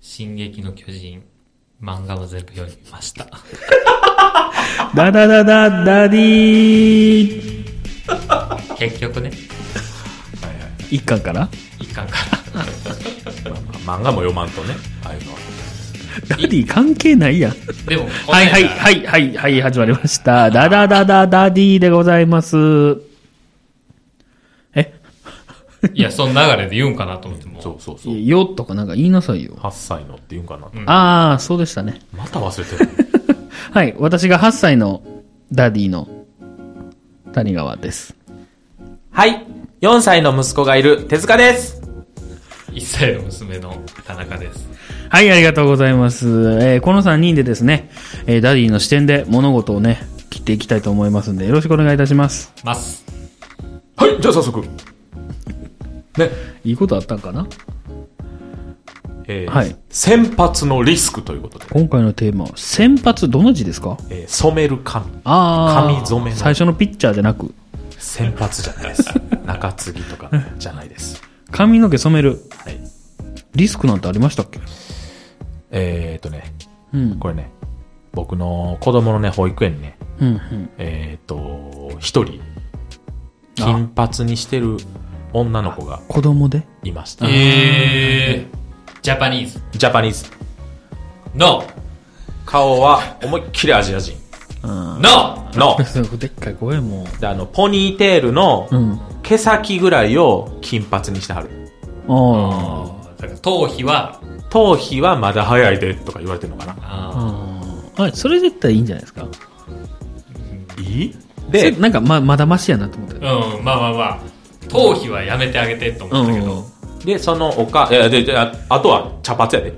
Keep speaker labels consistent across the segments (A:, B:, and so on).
A: 進撃の巨人、漫画は全部読みました。
B: ダダダダダディー
A: 結局ね、
C: はいはい
B: 一巻から
A: 一巻から。
C: まあ漫画も読まんとねああいうのは
B: ダディ関係ないやん。
A: でも、
B: はいはい
A: い。
B: はいはいはい、始まりました。ダダダダダディーでございます。え
A: いや、その流れで言うんかなと思っても。
C: そうそうそう
B: いやよっとかなんか言いなさいよ。
C: 8歳のっていうんかな、
B: ああ、そうでしたね。
C: また忘れてる
B: はい、私が8歳のダディの谷川です。
C: はい4歳の息子がいる手塚です
A: 一歳の娘の田中です。
B: はい、ありがとうございます。えーこの3人でですね、えーダディの視点で物事をね、切っていきたいと思いますんで、よろしくお願いいたします。
A: ます。
C: はいじゃあ早速ね
B: いいことあったんかな
C: えー
B: はい
C: 先発のリスクということで、
B: 今回のテーマは、先発、どの字ですか
C: えー染める髪
B: ああ。
C: 髪染めの
B: 最初のピッチャーじゃなく、
C: 先発じゃ ないです中継ぎとかじゃないです
B: 髪の毛染める。
C: はい
B: リスクなんてありましたっけ
C: えー、っとね
B: うん。
C: これね僕の子供のね保育園にね
B: うん、うん。
C: えー、っと一人金髪にしてる女の子が
B: 子供で
C: いました
A: えー、ジャパニーズ
C: ジャパニーズ
A: の、
C: 顔は思いっきりアジア人
A: の、
C: の
B: でっかい声も
C: であのポニーテールの
B: う。うん。
C: 毛先ぐらいを金髪にしてはる
B: あ
A: だから頭皮は、
C: 頭皮はまだ早いでとか言われてるのかな
B: あ。
A: あ
B: ああ。それ絶対いいんじゃないですか。
C: いい
B: で、
C: で
B: なんかま、まだマシやなと思ったけど。
A: ーうん、まあまあまあ、頭皮はやめてあげてと思ったけど、
C: でそのおかいやででああとは茶髪やで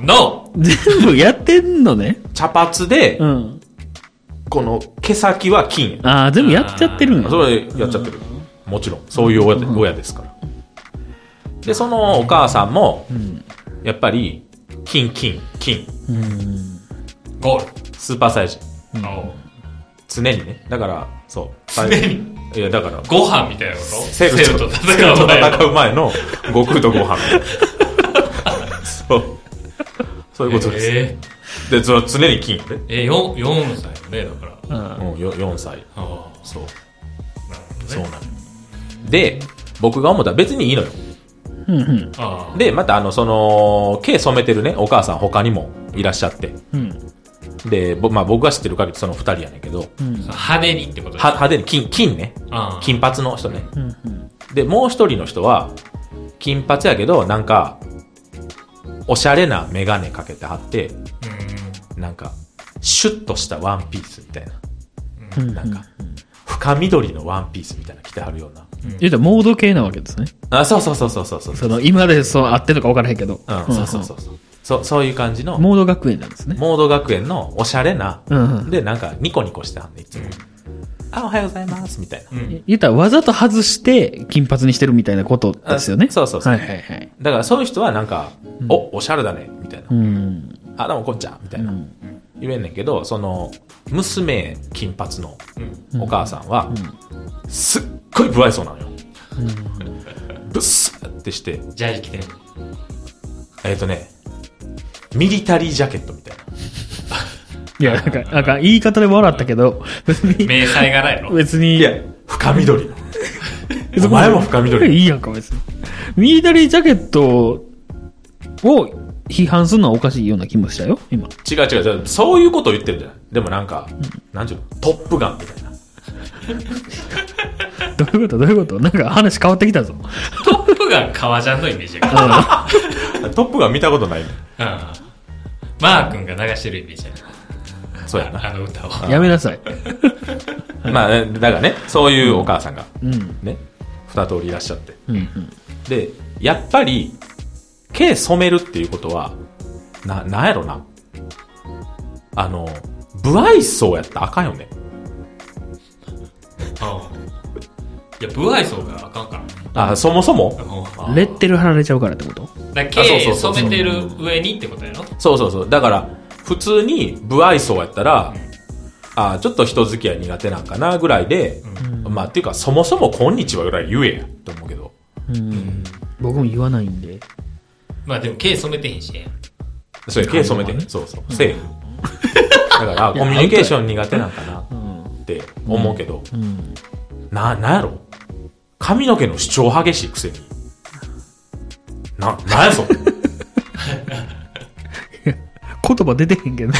A: の、
B: 全部やってんのね。
C: 茶髪で、
B: うん。
C: この毛先は金や
B: ああ、全部やっちゃってるんや。
C: それやっちゃってる、もちろんそういう親で親ですからでそのお母さんも、やっぱり金金金
B: うん。
A: ゴー
C: スーパーサイジ
A: ル。の
C: 常にねだからそう
A: 常に
C: いやだから
A: ご飯みたいなこと
C: セブ
A: と
C: と
A: 戦う前の
C: 戦う前の悟空とご 飯そうそういうことです、
A: え
C: でその常に金やで、
A: ー、えー、4, 4歳よね、だから。
B: あ
C: うん、よ4歳
A: あ
C: そう
A: あ、なるほどね。
C: そうなので僕が思ったら別にいいのよ
B: うんうん。
A: あ
C: でまたあのその毛染めてるねお母さん他にもいらっしゃって
B: うん。
C: で、ぼまあ、僕が知ってる限りその2人やねんけどは
B: うん。
A: あ、派手にってことです
C: 派手に金金ね
A: あー
C: 金髪の人ね
B: うんうん。
C: でもう一人の人は金髪やけどなんかおしゃれな眼鏡かけてはってなんかシュッとしたワンピースみたいな
B: うん。
C: なんか深緑のワンピースみたいな着てはるような
B: 言うたらモード系なわけですね。
C: あそうそうそうそうそうそう
B: その、今までそう、合ってるか分からへんけど。
C: うんそうそうそうそうそうそういう感じの
B: モード学園なんですね。
C: モード学園のおしゃれな
B: うんうん。
C: でなんかニコニコしてはんねいつもあおはようございますみたいな
A: うん。うん。
B: 言ったらわざと外して金髪にしてるみたいなことですよね。
C: あそうそうそう
B: はいはいはい。
C: だからそういう人はなんかおおしゃれだねみたいな
B: うん。
C: あどうもこんちゃんみたいな
B: うん
C: 言えんねんけどその娘金髪の
A: うん
C: お母さんは、すっごい不愛想なのよ、ブスってして
A: ジャージ着てんの
C: えっ、とねミリタリージャケットみたいない
B: や、なんか、なんか言い方で笑ったけど、 別に、
A: 迷彩柄やろ。
B: 別に、
C: いや深緑のお前も深緑
B: いいやんか、別に。ミリタリージャケットを批判するのはおかしいような気もしたよ、今。
C: 違う違う違うそういうことを言ってるんじゃないでもなんか、なんちゅうのトップガンみたいな
B: どういうことどういうことなんか話変わってきたぞ。
A: トップが革ジャンのイメージ やから。
C: トップガン見たことない
A: うんマー君が流してるイメージやか
C: そうや
A: ら。
C: な
A: あの歌を。
B: やめなさい。
C: まあだからねそういうお母さんが
B: うん。
C: ね二通りいらっしゃって
B: うん。
C: でやっぱり毛染めるっていうことはななんやろなあの不愛想やったらあかんよね
A: いや、不愛想があかんからね。
C: あそもそも
B: うん。レッテル貼られちゃうからってこと
A: だ
C: あそうそ
A: 毛
C: うそう
A: 染めてる上にってことやろ
C: そうそうそうだから普通に不愛想やったらあちょっと人付き合い苦手なんかなぐらいで、まあっていうかそもそも「こんにちは」ぐらい言えやと思うけど
B: うん。僕も言わないんで。
A: まあでも毛染めてへんしね
C: それ、毛染めてね。そうそう。セーフ。だから、コミュニケーション苦手なんかなって思うけど、
B: うん。
C: な、なんやろ髪の毛の主張激しいくせに。な、なんやそれ。
B: 言葉出てへんけど。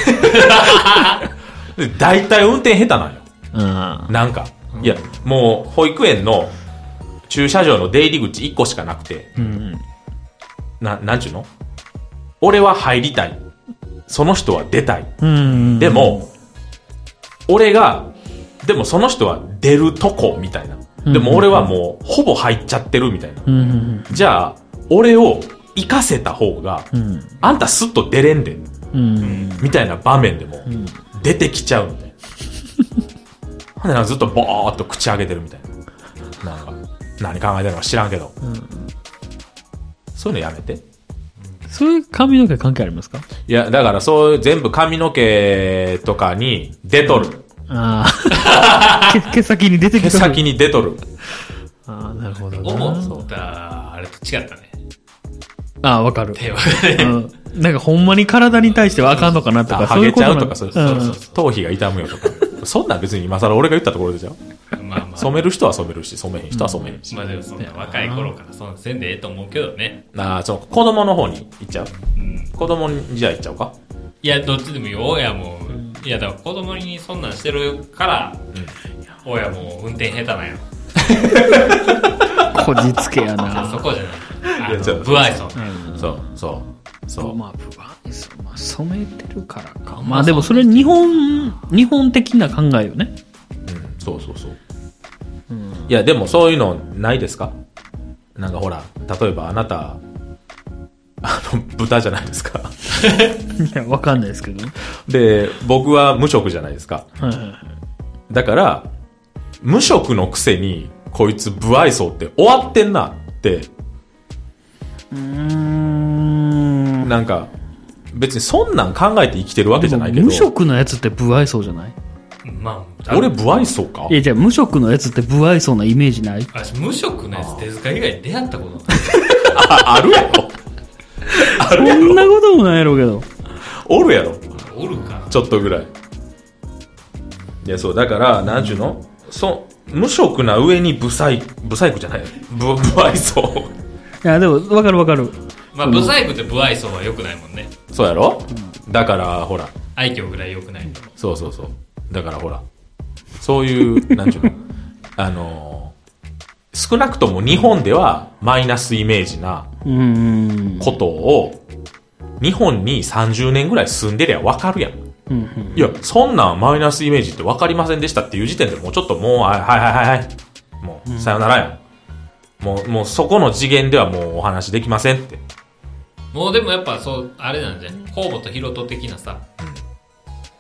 C: で 大体運転下手なんよ。
B: あ
C: なんか。いや、もう、保育園の駐車場の出入り口1個しかなくて、
B: あ。うん。
C: な、なんちゅうの俺は入りたい。その人は出たい。
B: うん。
C: で、も、俺が、でもその人は出るとこ、みたいな。でも俺はもう、ほぼ入っちゃってる、みたいな。
B: うん。
C: じゃあ、俺を行かせた方が、
B: うん。
C: あんたスッと出れんで、
B: うん。
C: みたいな場面でも、出てきちゃうみたいな。ほんでなんかずっとぼーっと口上げてるみたいな。なんか、何考えてるのか知らんけど。そういうのやめて。
B: そういう髪の毛関係ありますか
C: いや、だからそういう全部髪の毛とかに出とる。
B: ああ。 毛毛先に出てき
C: 毛
B: た。
C: 先に出と る。
B: ああ、なるほどな。
A: 思ったあれと違ったね
B: ああ、わかる。
A: 手は
B: うんなんかほんまに体に対してはあかんのかなと
C: あ
B: か、
C: ハ
B: そうい
C: ゲ
B: うこ
C: ち
B: と
C: ゃ
B: なの
C: うとか、そうそうそうそう。頭皮が痛むよとか。そんなん別に今更俺が言ったところでじゃん。
A: まあまあ
C: 染める人は染めるし、染めへん人は染めへんし。
A: まあでもそんな若い頃からそんなせんでええと思うけどね
C: ああ、その子供の方に行っちゃう。
A: うん
C: 子供にじゃあ行っちゃおうか。
A: いやどっちでもいい親もいやだから子供にそんなんしてるから親も運転下手なんやろ
B: うんこじつけやな。
A: そこじゃないあ
C: いやそう
A: の不愛想
C: そう、そう、そう。
B: まあ、不安そうまあ、染めてるからか。まあ、でもそれ日本、日本的な考えよね。
C: うん、そうそうそう。いや、でもそういうのないですかなんかほら、例えばあなた、あの、豚じゃないですか。
B: いや、わかんないですけど。
C: で、僕は無職じゃないですか。
B: はいはいはい
C: だから、無職のくせに、こいつ不愛想って終わってんなって、
B: うーん。
C: なんか、別にそんなん考えて生きてるわけじゃないけど、
B: 無職のやつって不愛想じゃない
A: まあ
C: 俺不愛想か
B: いや、じゃあ無職のやつって不愛想なイメージない
A: あ無職のやつ手塚以外に出会ったことない
C: あ、あるやろ。あ
B: そ
C: るやろ。
B: んなこともないやろうけど。
C: おるやろ。
A: おるか
C: ちょっとぐらい。いや、そう、だから、なんちゅうのそ無職な上に不細工、不細工じゃない。不、不愛想。
B: いや、でも、わかるわかる。
A: まあ不細工って不愛想は良くないもんね
C: そうやろ、だから、ほら。
A: 愛嬌ぐらい良くないと
C: そうそうそう。だから、ほら。そういう、なんちゅ うのあのー少なくとも日本ではマイナスイメージな
B: うーん。
C: ことを、日本に30年ぐらい住んでりゃわかるやん。
B: うんうん
C: いや、そんなんマイナスイメージって分かりませんでしたっていう時点でもうちょっともう、はいはいはいはいはい。もう、さよならやん。もう、もうそこの次元ではもうお話できませんって。
A: もうでもやっぱそうあれなんじゃない河本ロ人的なさ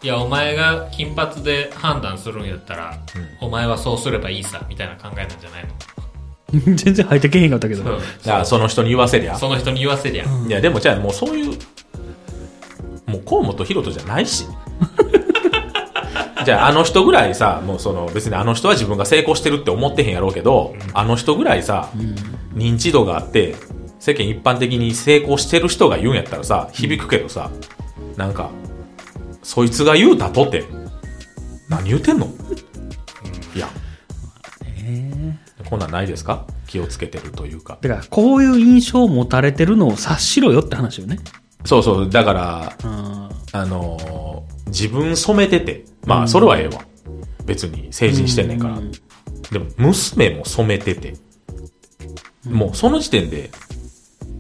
A: いやお前が金髪で判断するんやったら、お前はそうすればいいさみたいな考えなんじゃないの
B: 全然入ってけへんかったけど。
C: だからその人に言わせりゃ。
A: その人に言わせりゃ、
C: いや、でもじゃあもうそういう、もう河本ロ人じゃない し。じゃああの人ぐらいさ、もうその別にあの人は自分が成功してるって思ってへんやろうけど、あの人ぐらいさ、認知度があって、世間一般的に成功してる人が言うんやったらさ、響くけどさ、なんか、そいつが言うたとて、何言うてんのいや、こんなんないですか気をつけてるというか。
B: だから、こういう印象を持たれてるのを察しろよって話よね。
C: そうそう、だから、
B: うん。
C: あのー自分染めてて、まあ、それはええわ。別に成人してんねんから。
B: うん
C: でも、娘も染めてて。もう、その時点で、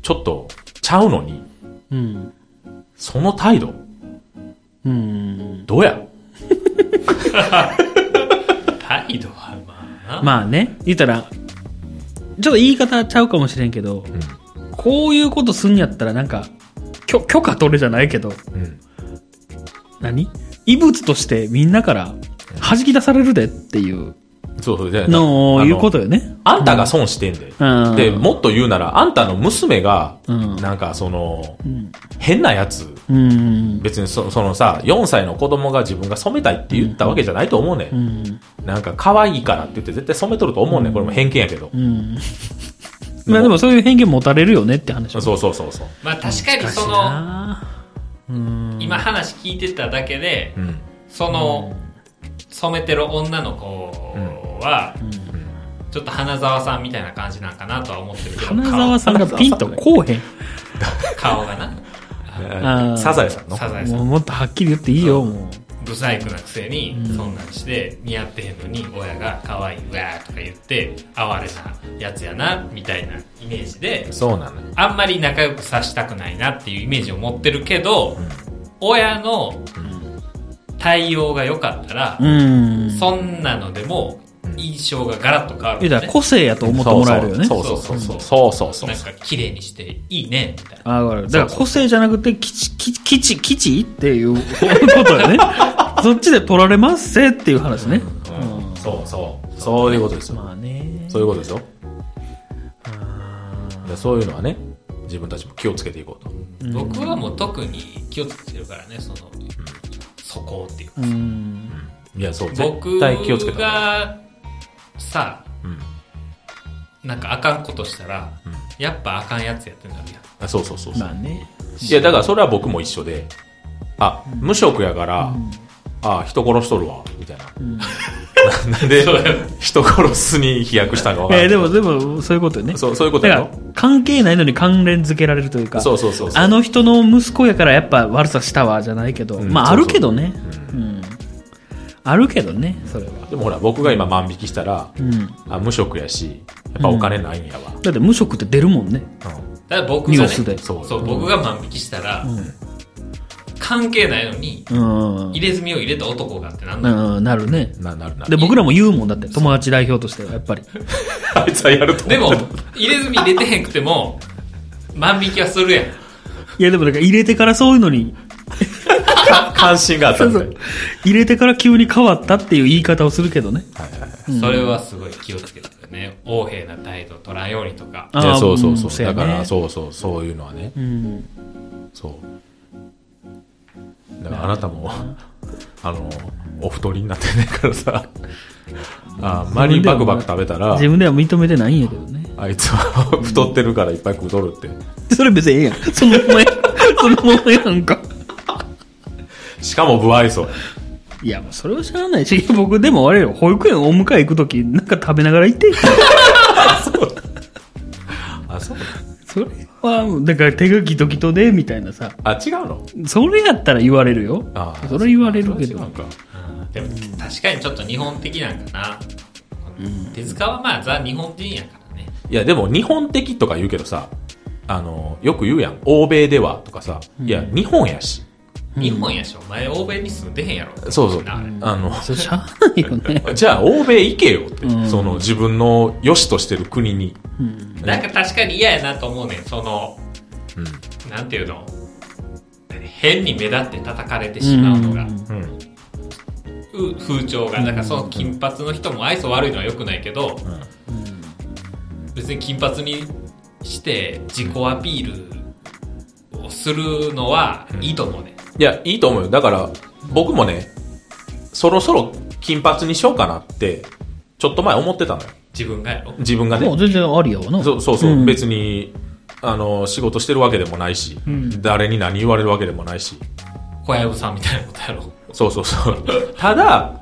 C: ちょっと、ちゃうのに、
B: うん。
C: その態度、
B: うん。
C: どうや
A: 態度はまあな、
B: まあね、言ったら、ちょっと言い方ちゃうかもしれんけど、こういうことすんやったらなんか、許許可取れじゃないけど、
C: うん。
B: 何異物としてみんなから弾き出されるでっていう
C: そうそう、じゃあ
B: のを
C: あの
B: 言うことよね。
C: あんたが損してんで。
B: うん
C: で、もっと言うなら、あんたの娘が、
B: うん
C: なんか、その、変なやつ、
B: うん。
C: 別にそそのさ、4歳の子供が自分が染めたいって言ったわけじゃないと思うねん。
B: うん。
C: なんか可愛いからって言って絶対染めとると思うねん。これも偏見やけど。
B: うん。まあでもそういう偏見持たれるよねって話。
C: そうそうそうそう。
A: まあ確かにその、
B: の、うん。
A: 今話聞いてただけで
C: う、ん。
A: その、染めてる女の子は、ちょっと花沢さんみたいな感じなんかなとは思ってるけど、
B: 花沢さんがピンとこうへん。
A: 顔顔がな、
B: あー
C: サザエさんの
A: サザエさ。
B: もうんもっとはっきり言っていいよ、も
A: ブサイクなくせに、そんなんして、似合ってへんのに、親が可愛い、うわーとか言って、哀れなやつやな、みたいなイメージで、
C: そうなのよ
A: あんまり仲良くさしたくないなっていうイメージを持ってるけど、親の対応が良かったら
B: う。、うん。
A: そんなのでも印象がガラッと変わるもんね、
B: 言うたら個性やと思ってもらえるよね。
C: そうそうそうそう。そうそうそう
A: なん。か綺麗にしていいねみたいな。
B: あわかる。だから個性じゃなくて、きち、きち、きち、きちっていうこと よね。そっちで取られますせっていう話ね。
C: うんそうそう。そういうことですよ。
B: まあね。
C: そういうことですよ。
B: あー
C: でそういうのはね、自分たちも気をつけていこうと。
A: 僕はもう特に気をつけてるからね、その、そこっていうか。
B: うん。
C: いや、そう、
A: 僕
C: 絶対気をつけた方が
A: がさ、
C: いい。うん
A: なんかあかんことしたら、
C: うん
A: やっぱあかんやつやってるんだよ。
C: あそうそうそうそう。
B: まあね。
C: いや、だからそれは僕も一緒で、あ、無職やから、あ、人殺しとるわ、みたいな。 なんで
A: そうや、
C: 人殺すに飛躍したんかわから
B: え
C: な
B: ー
C: い。
B: でも、でも、そういうことよね。
C: そう、そういうこと
B: だ
C: や
B: から
C: ろ、
B: 関係ないのに関連付けられるというか、
C: そうそうそうそう。
B: あの人の息子やからやっぱ悪さしたわ、じゃないけど、
C: うん
B: まあ
C: そ
B: あ
C: うそう
B: るけどね。うん。あるけどね、それは。
C: でもほら、僕が今万引きしたら、
B: うん。
C: あ無職やし、やっぱお金ないんやわ。
B: だって無職って出るもんね。
C: う
A: だから僕
B: ニュ
A: が
B: ー
A: ね、
B: スで
A: そう
C: そう
A: 僕が万引きしたら、関係ないのに、
B: うん。
A: 入れ墨を入れた男がってなんだよ。
B: うん、なるね。
C: ん。な、なるな
B: で、
C: る。
B: 僕らも言うもんだって、友達代表としては、やっぱ り。
C: あいつはやると思う
A: でも、入れ墨入れてへんくても、万引きはするやん。
B: いや、でもだから入れてからそういうのに、
C: か関心があったんで。
B: 入れてから急に変わったっていう言い方をするけどね。
C: はいはいはい
A: それはすごい気をつけてるね。横柄な態度を取らんようにとか。
C: いやそうそう
B: あー
C: そ
B: ん
C: う。だ
B: やね
C: から、そうそう、そういうのはね
B: う。ん。
C: そう。だからあなたも、 あの、お太りになってないからさ、あんまりバクバク食べたら
B: 自、分では認めてないんやけどね。
C: あいつは太ってるからいっぱい食うとるって。
B: それ別にええやん。その ままや、そのままやんか。
C: しかも不愛想。
B: いや、もうそれは知らないし、僕でもあれよ、保育園お迎え行くとき、なんか食べながら行って。
C: あ、そう
B: それは、だから手がギトギトで、みたいなさ。
C: あ、違うの
B: それやったら言われるよ
C: あ。
B: それ言われるけ
C: それは
B: ど
C: 違う。か
A: でも確かにちょっと日本的なんかな、手塚はまあザ日本人やからね
C: いや、でも日本的とか言うけどさ、あの、よく言うやん。欧米ではとかさ、いや、日本やし。
A: 日本やしお前欧米に住んでへんやろ
C: そうそう。
A: なあれ
C: あの、
B: それしゃあないよね。
C: じゃあ欧米行けよって、その自分の良しとしてる国に。
A: なんか確かに嫌やなと思うねんその
C: うん。
A: なんていうの変に目立って叩かれてしまうのが、
B: ん
C: うん。
A: う風潮がだからその金髪の人も愛想悪いのは良くないけど、別に金髪にして自己アピールをするのはいいと思うねん、
C: いや、いいと思うよ。だから、僕もね、そろそろ金髪にしようかなって、ちょっと前思ってたのよ。
A: 自分がやろ
C: 自分がね。
B: もう全然ありやわな。
C: そうそうそう、
B: ん
C: 別に、あの、仕事してるわけでもないし、誰に何言われるわけでもないし。
A: 小籔さんみたいなことや ろ
C: そうそうそう。 ただ、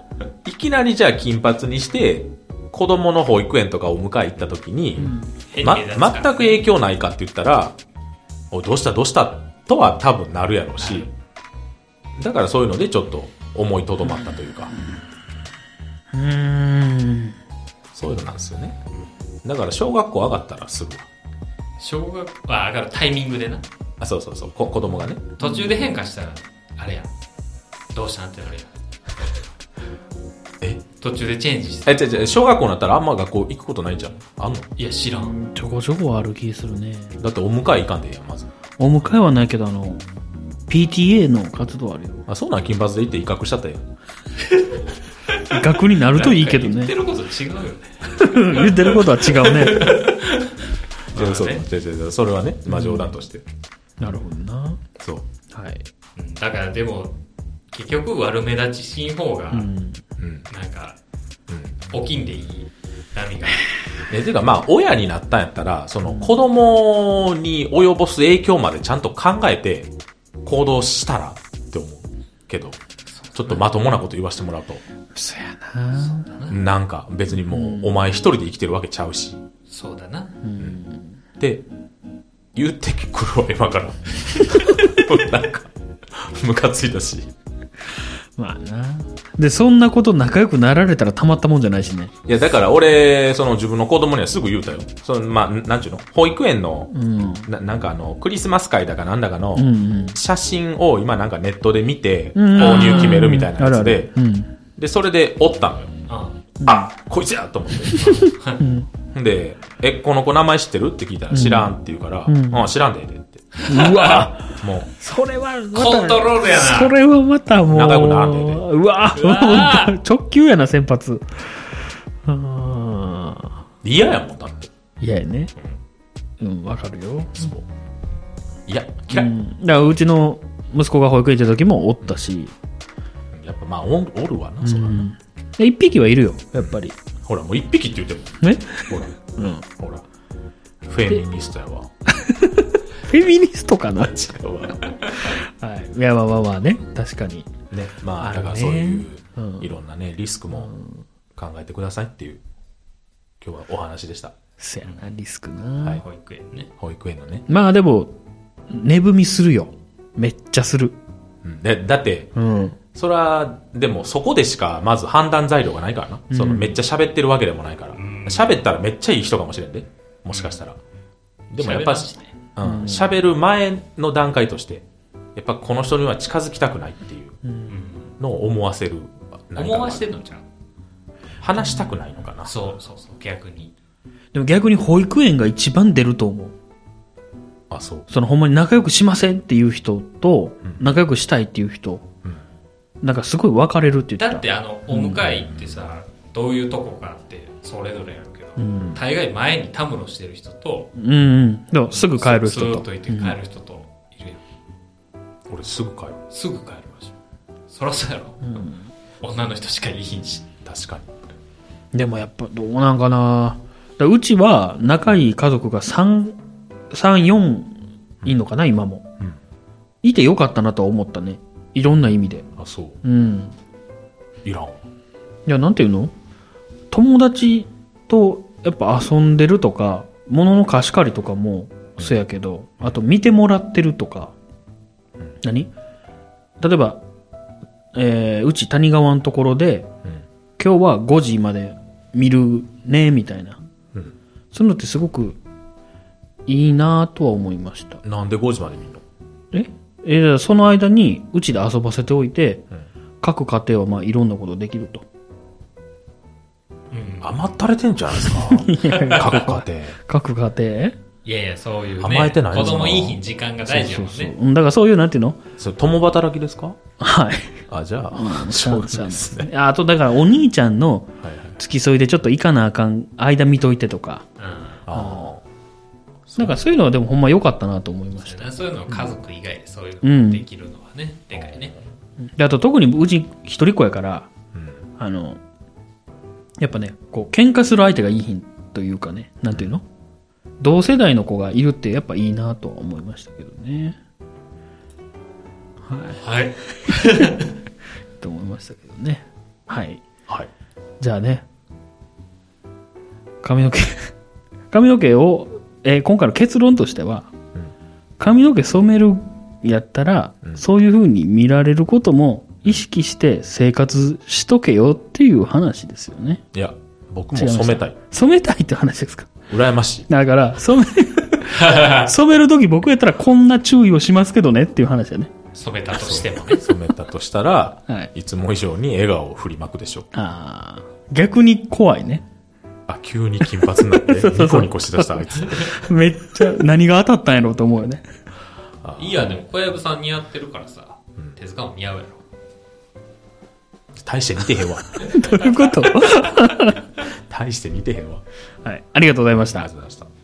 C: いきなりじゃあ金髪にして、子供の保育園とかお迎え行った時に、
A: 変に
C: ま、
A: 目立つ
C: 全
A: から
C: く影響ないかって言ったら、おいどうしたどうしたとは多分なるやろうし、だからそういうのでちょっと思いとどまったというか、
B: うーん。
C: そういうのなんですよね。だから小学校上がったらすぐ。
A: 小学校は上がるタイミングでな
C: あ、そうそうそう、こ子供がね。
A: 途中で変化したらあれやどうしたんって なるやん
C: え
A: 途中でチェンジして
C: え、違う違う、小学校になったらあんま学校行くことないんじゃん。あんの
A: いや知らん
B: ちょこちょこはある気するね。
C: だってお迎え行かんでええやん、まず。
B: お迎えはないけど、あの、PTA の活動あるよ。
C: あ、そうなん金髪で行って威嚇しちゃったよ。
B: 学になるといいけ ど
A: なんか
B: ね。
A: 言ってること違うよね
B: 言ってることは違うね。
A: まあね
C: そう、違う違うそれはね、まあ冗談として。
B: なるほどな。
C: そう。
B: はい。
A: うんだからでも結局悪目立ちしん方が、
B: うん。
C: うん。
A: なんか、起きんでいい波が。
C: えていうかまあ親になったんやったらその子供に及ぼす影響までちゃんと考えて行動したらって思うけどちょっとまともなこと言わせてもらうと
B: そやな
C: なんか別にもうお前一人で生きてるわけちゃうし
A: そうだな。
C: って言ってくるわ今から なんかムカついたし
B: まあなでそんなこと仲良くなられたらたまったもんじゃないしね
C: いやだから俺その自分の子供にはすぐ言うたよそのまあなんちゅうの保育園の
B: うん
C: ななんかあのクリスマス会だかなんだかの、
B: うんうん
C: 写真を今なんかネットで見て
B: うん
C: 購入決めるみたいなやつ
B: ある
C: で
B: あるうん
C: でそれでおったのよ
A: あ
C: あこいつやと思って で「えこの子名前知ってる?」って聞いたら「知らん」って言うから「
B: うん
C: うん知らんで」って
B: う わ
C: もう
B: それはまた
A: コントロールやな
B: それはまたもう
C: 仲良くならんでね
B: うわ
A: うわ
B: 本当直球やな先発あ
C: 嫌やもんだって
B: ー嫌やねうんわかるよ
C: そういや
B: う
C: 嫌い、
B: んだからうちの息子が保育園行った時もおったし
C: やっぱまあおんおるわなそうだ
B: う
C: な、
B: んで一匹はいるよやっぱり
C: ほらもう一匹って言って
B: ね
C: もほら
B: うん
C: ほらフェミニストやわ
B: フェミニストかな
C: 違うわ
B: はいいやまあまあまあね確かに
C: ねまあ
B: あるね
C: だからそういう
B: うん
C: いろんなねリスクも考えてくださいっていう今日はお話でした
B: せやなリスクな、
C: はい
A: 保育園ね。
C: 保育園のね、
B: まあでも値踏みするよめっちゃする
C: うん、でだって
B: うん
C: それはでもそこでしかまず判断材料がないからな、そのめっちゃ喋ってるわけでもないから
A: ん
C: 喋、ったらめっちゃいい人かもしれんでもしかしたら、でもやっぱ
A: 喋らんしね
C: うん喋る前の段階としてやっぱこの人には近づきたくないっていうのを思わせる何かが
A: 思わしてんのじゃん。
C: 話したくないのかな
A: そうそうそう、逆に。
B: でも逆に保育園が一番出ると思う。
C: あそう
B: そのほんまに仲良くしませんっていう人と、仲良くしたいっていう人、なんかすごい分かれるって言
A: だ
B: ってた。
A: ってあの、お迎え行ってさ、どういうとこがあって、それぞれやるけど、
B: うん。
A: 大概前にたむろしてる人と、
B: うんうん。でもすぐ帰る
A: ず
B: 人
A: ーっ
B: と。
A: といて帰る人といるよ。
C: 俺すぐ帰る
A: すぐ帰りましょう。そらそうやろ。女の人しかいいひんし。
C: 確か
B: でもやっぱどうなんかなだからうちは仲いい家族が3、3、4いいのかな、今も。
C: うん
B: いてよかったなとは思ったね。いろんな意味で。
C: にあそ
B: うん。
C: ういらん
B: いや、なんていうの友達とやっぱ遊んでるとか、物の貸し借りとかもそうやけど、あと見てもらってるとか、何例えば、えーうち谷川のところで、
C: うん
B: 今日は5時まで見るね、みたいな。
C: うん
B: そういうのってすごくいいなとは思いました。
C: なんで5時まで見んの
B: ええーその間にうちで遊ばせておいて、
C: うん
B: 各家庭はまあいろんなことできると。
A: うん。
C: 甘ったれてんじゃない ですか各家庭
B: 各家庭
A: いやいや、そういうね。
C: 甘えてない
A: 子
C: のかな
A: 供いいひん時間が大事やもんね。
B: そうそうそううんだからそういう、なんていうの
C: それ共働きですか
B: はい。
C: あじゃあ、
B: そう
C: そうですね
B: ね。 あと、だからお兄ちゃんの
C: はいはい
B: 付き添いでちょっと行かなあかん、間見といてとか。
A: うん
C: あ
B: なんかそういうのはでもほんま良かったなと思いまし
A: そう
B: た
A: やなそういうのは家族以外でそういう
B: う
A: の
B: ん
A: できるのはね、でかいね。
B: で。あと特にうち一人っ子やから、
C: あうん
B: あの、やっぱね、こう、喧嘩する相手がいいひんというかね、なんていうの同世代の子がいるってやっぱいいなとは思いましたけどね。
A: はい。
B: と思いましたけどね。はい。
C: はい
B: じゃあね、髪の毛、 髪の毛を、えー今回の結論としては、
C: うん
B: 髪の毛染めるやったら、
C: うん
B: そういう風に見られることも意識して生活しとけよっていう話ですよね。
C: いや僕も
B: 違いました
C: 染めたい
B: 染めたいって話ですか
C: 羨ましい
B: だから、染 め、染める時僕やったらこんな注意をしますけどねっていう話だね。
A: 染めたとしてもね。
C: 染めたとしたら、
B: はい
C: いつも以上に笑顔を振りまくでしょう
B: ああ、逆に怖いね。
C: あ急に金髪になって
B: そうそう
C: ニコニコしだしたあいつ
B: めっちゃ何が当たったんやろうと思うよね。
A: いいや、でも小籔さん似合ってるからさ、手塚も似合うやろ。
C: 大して似てへんわ
B: どういうことは
C: 大して似てへんわ
B: い。ありがとうございまし
C: あ
B: た
C: りがとう。ございました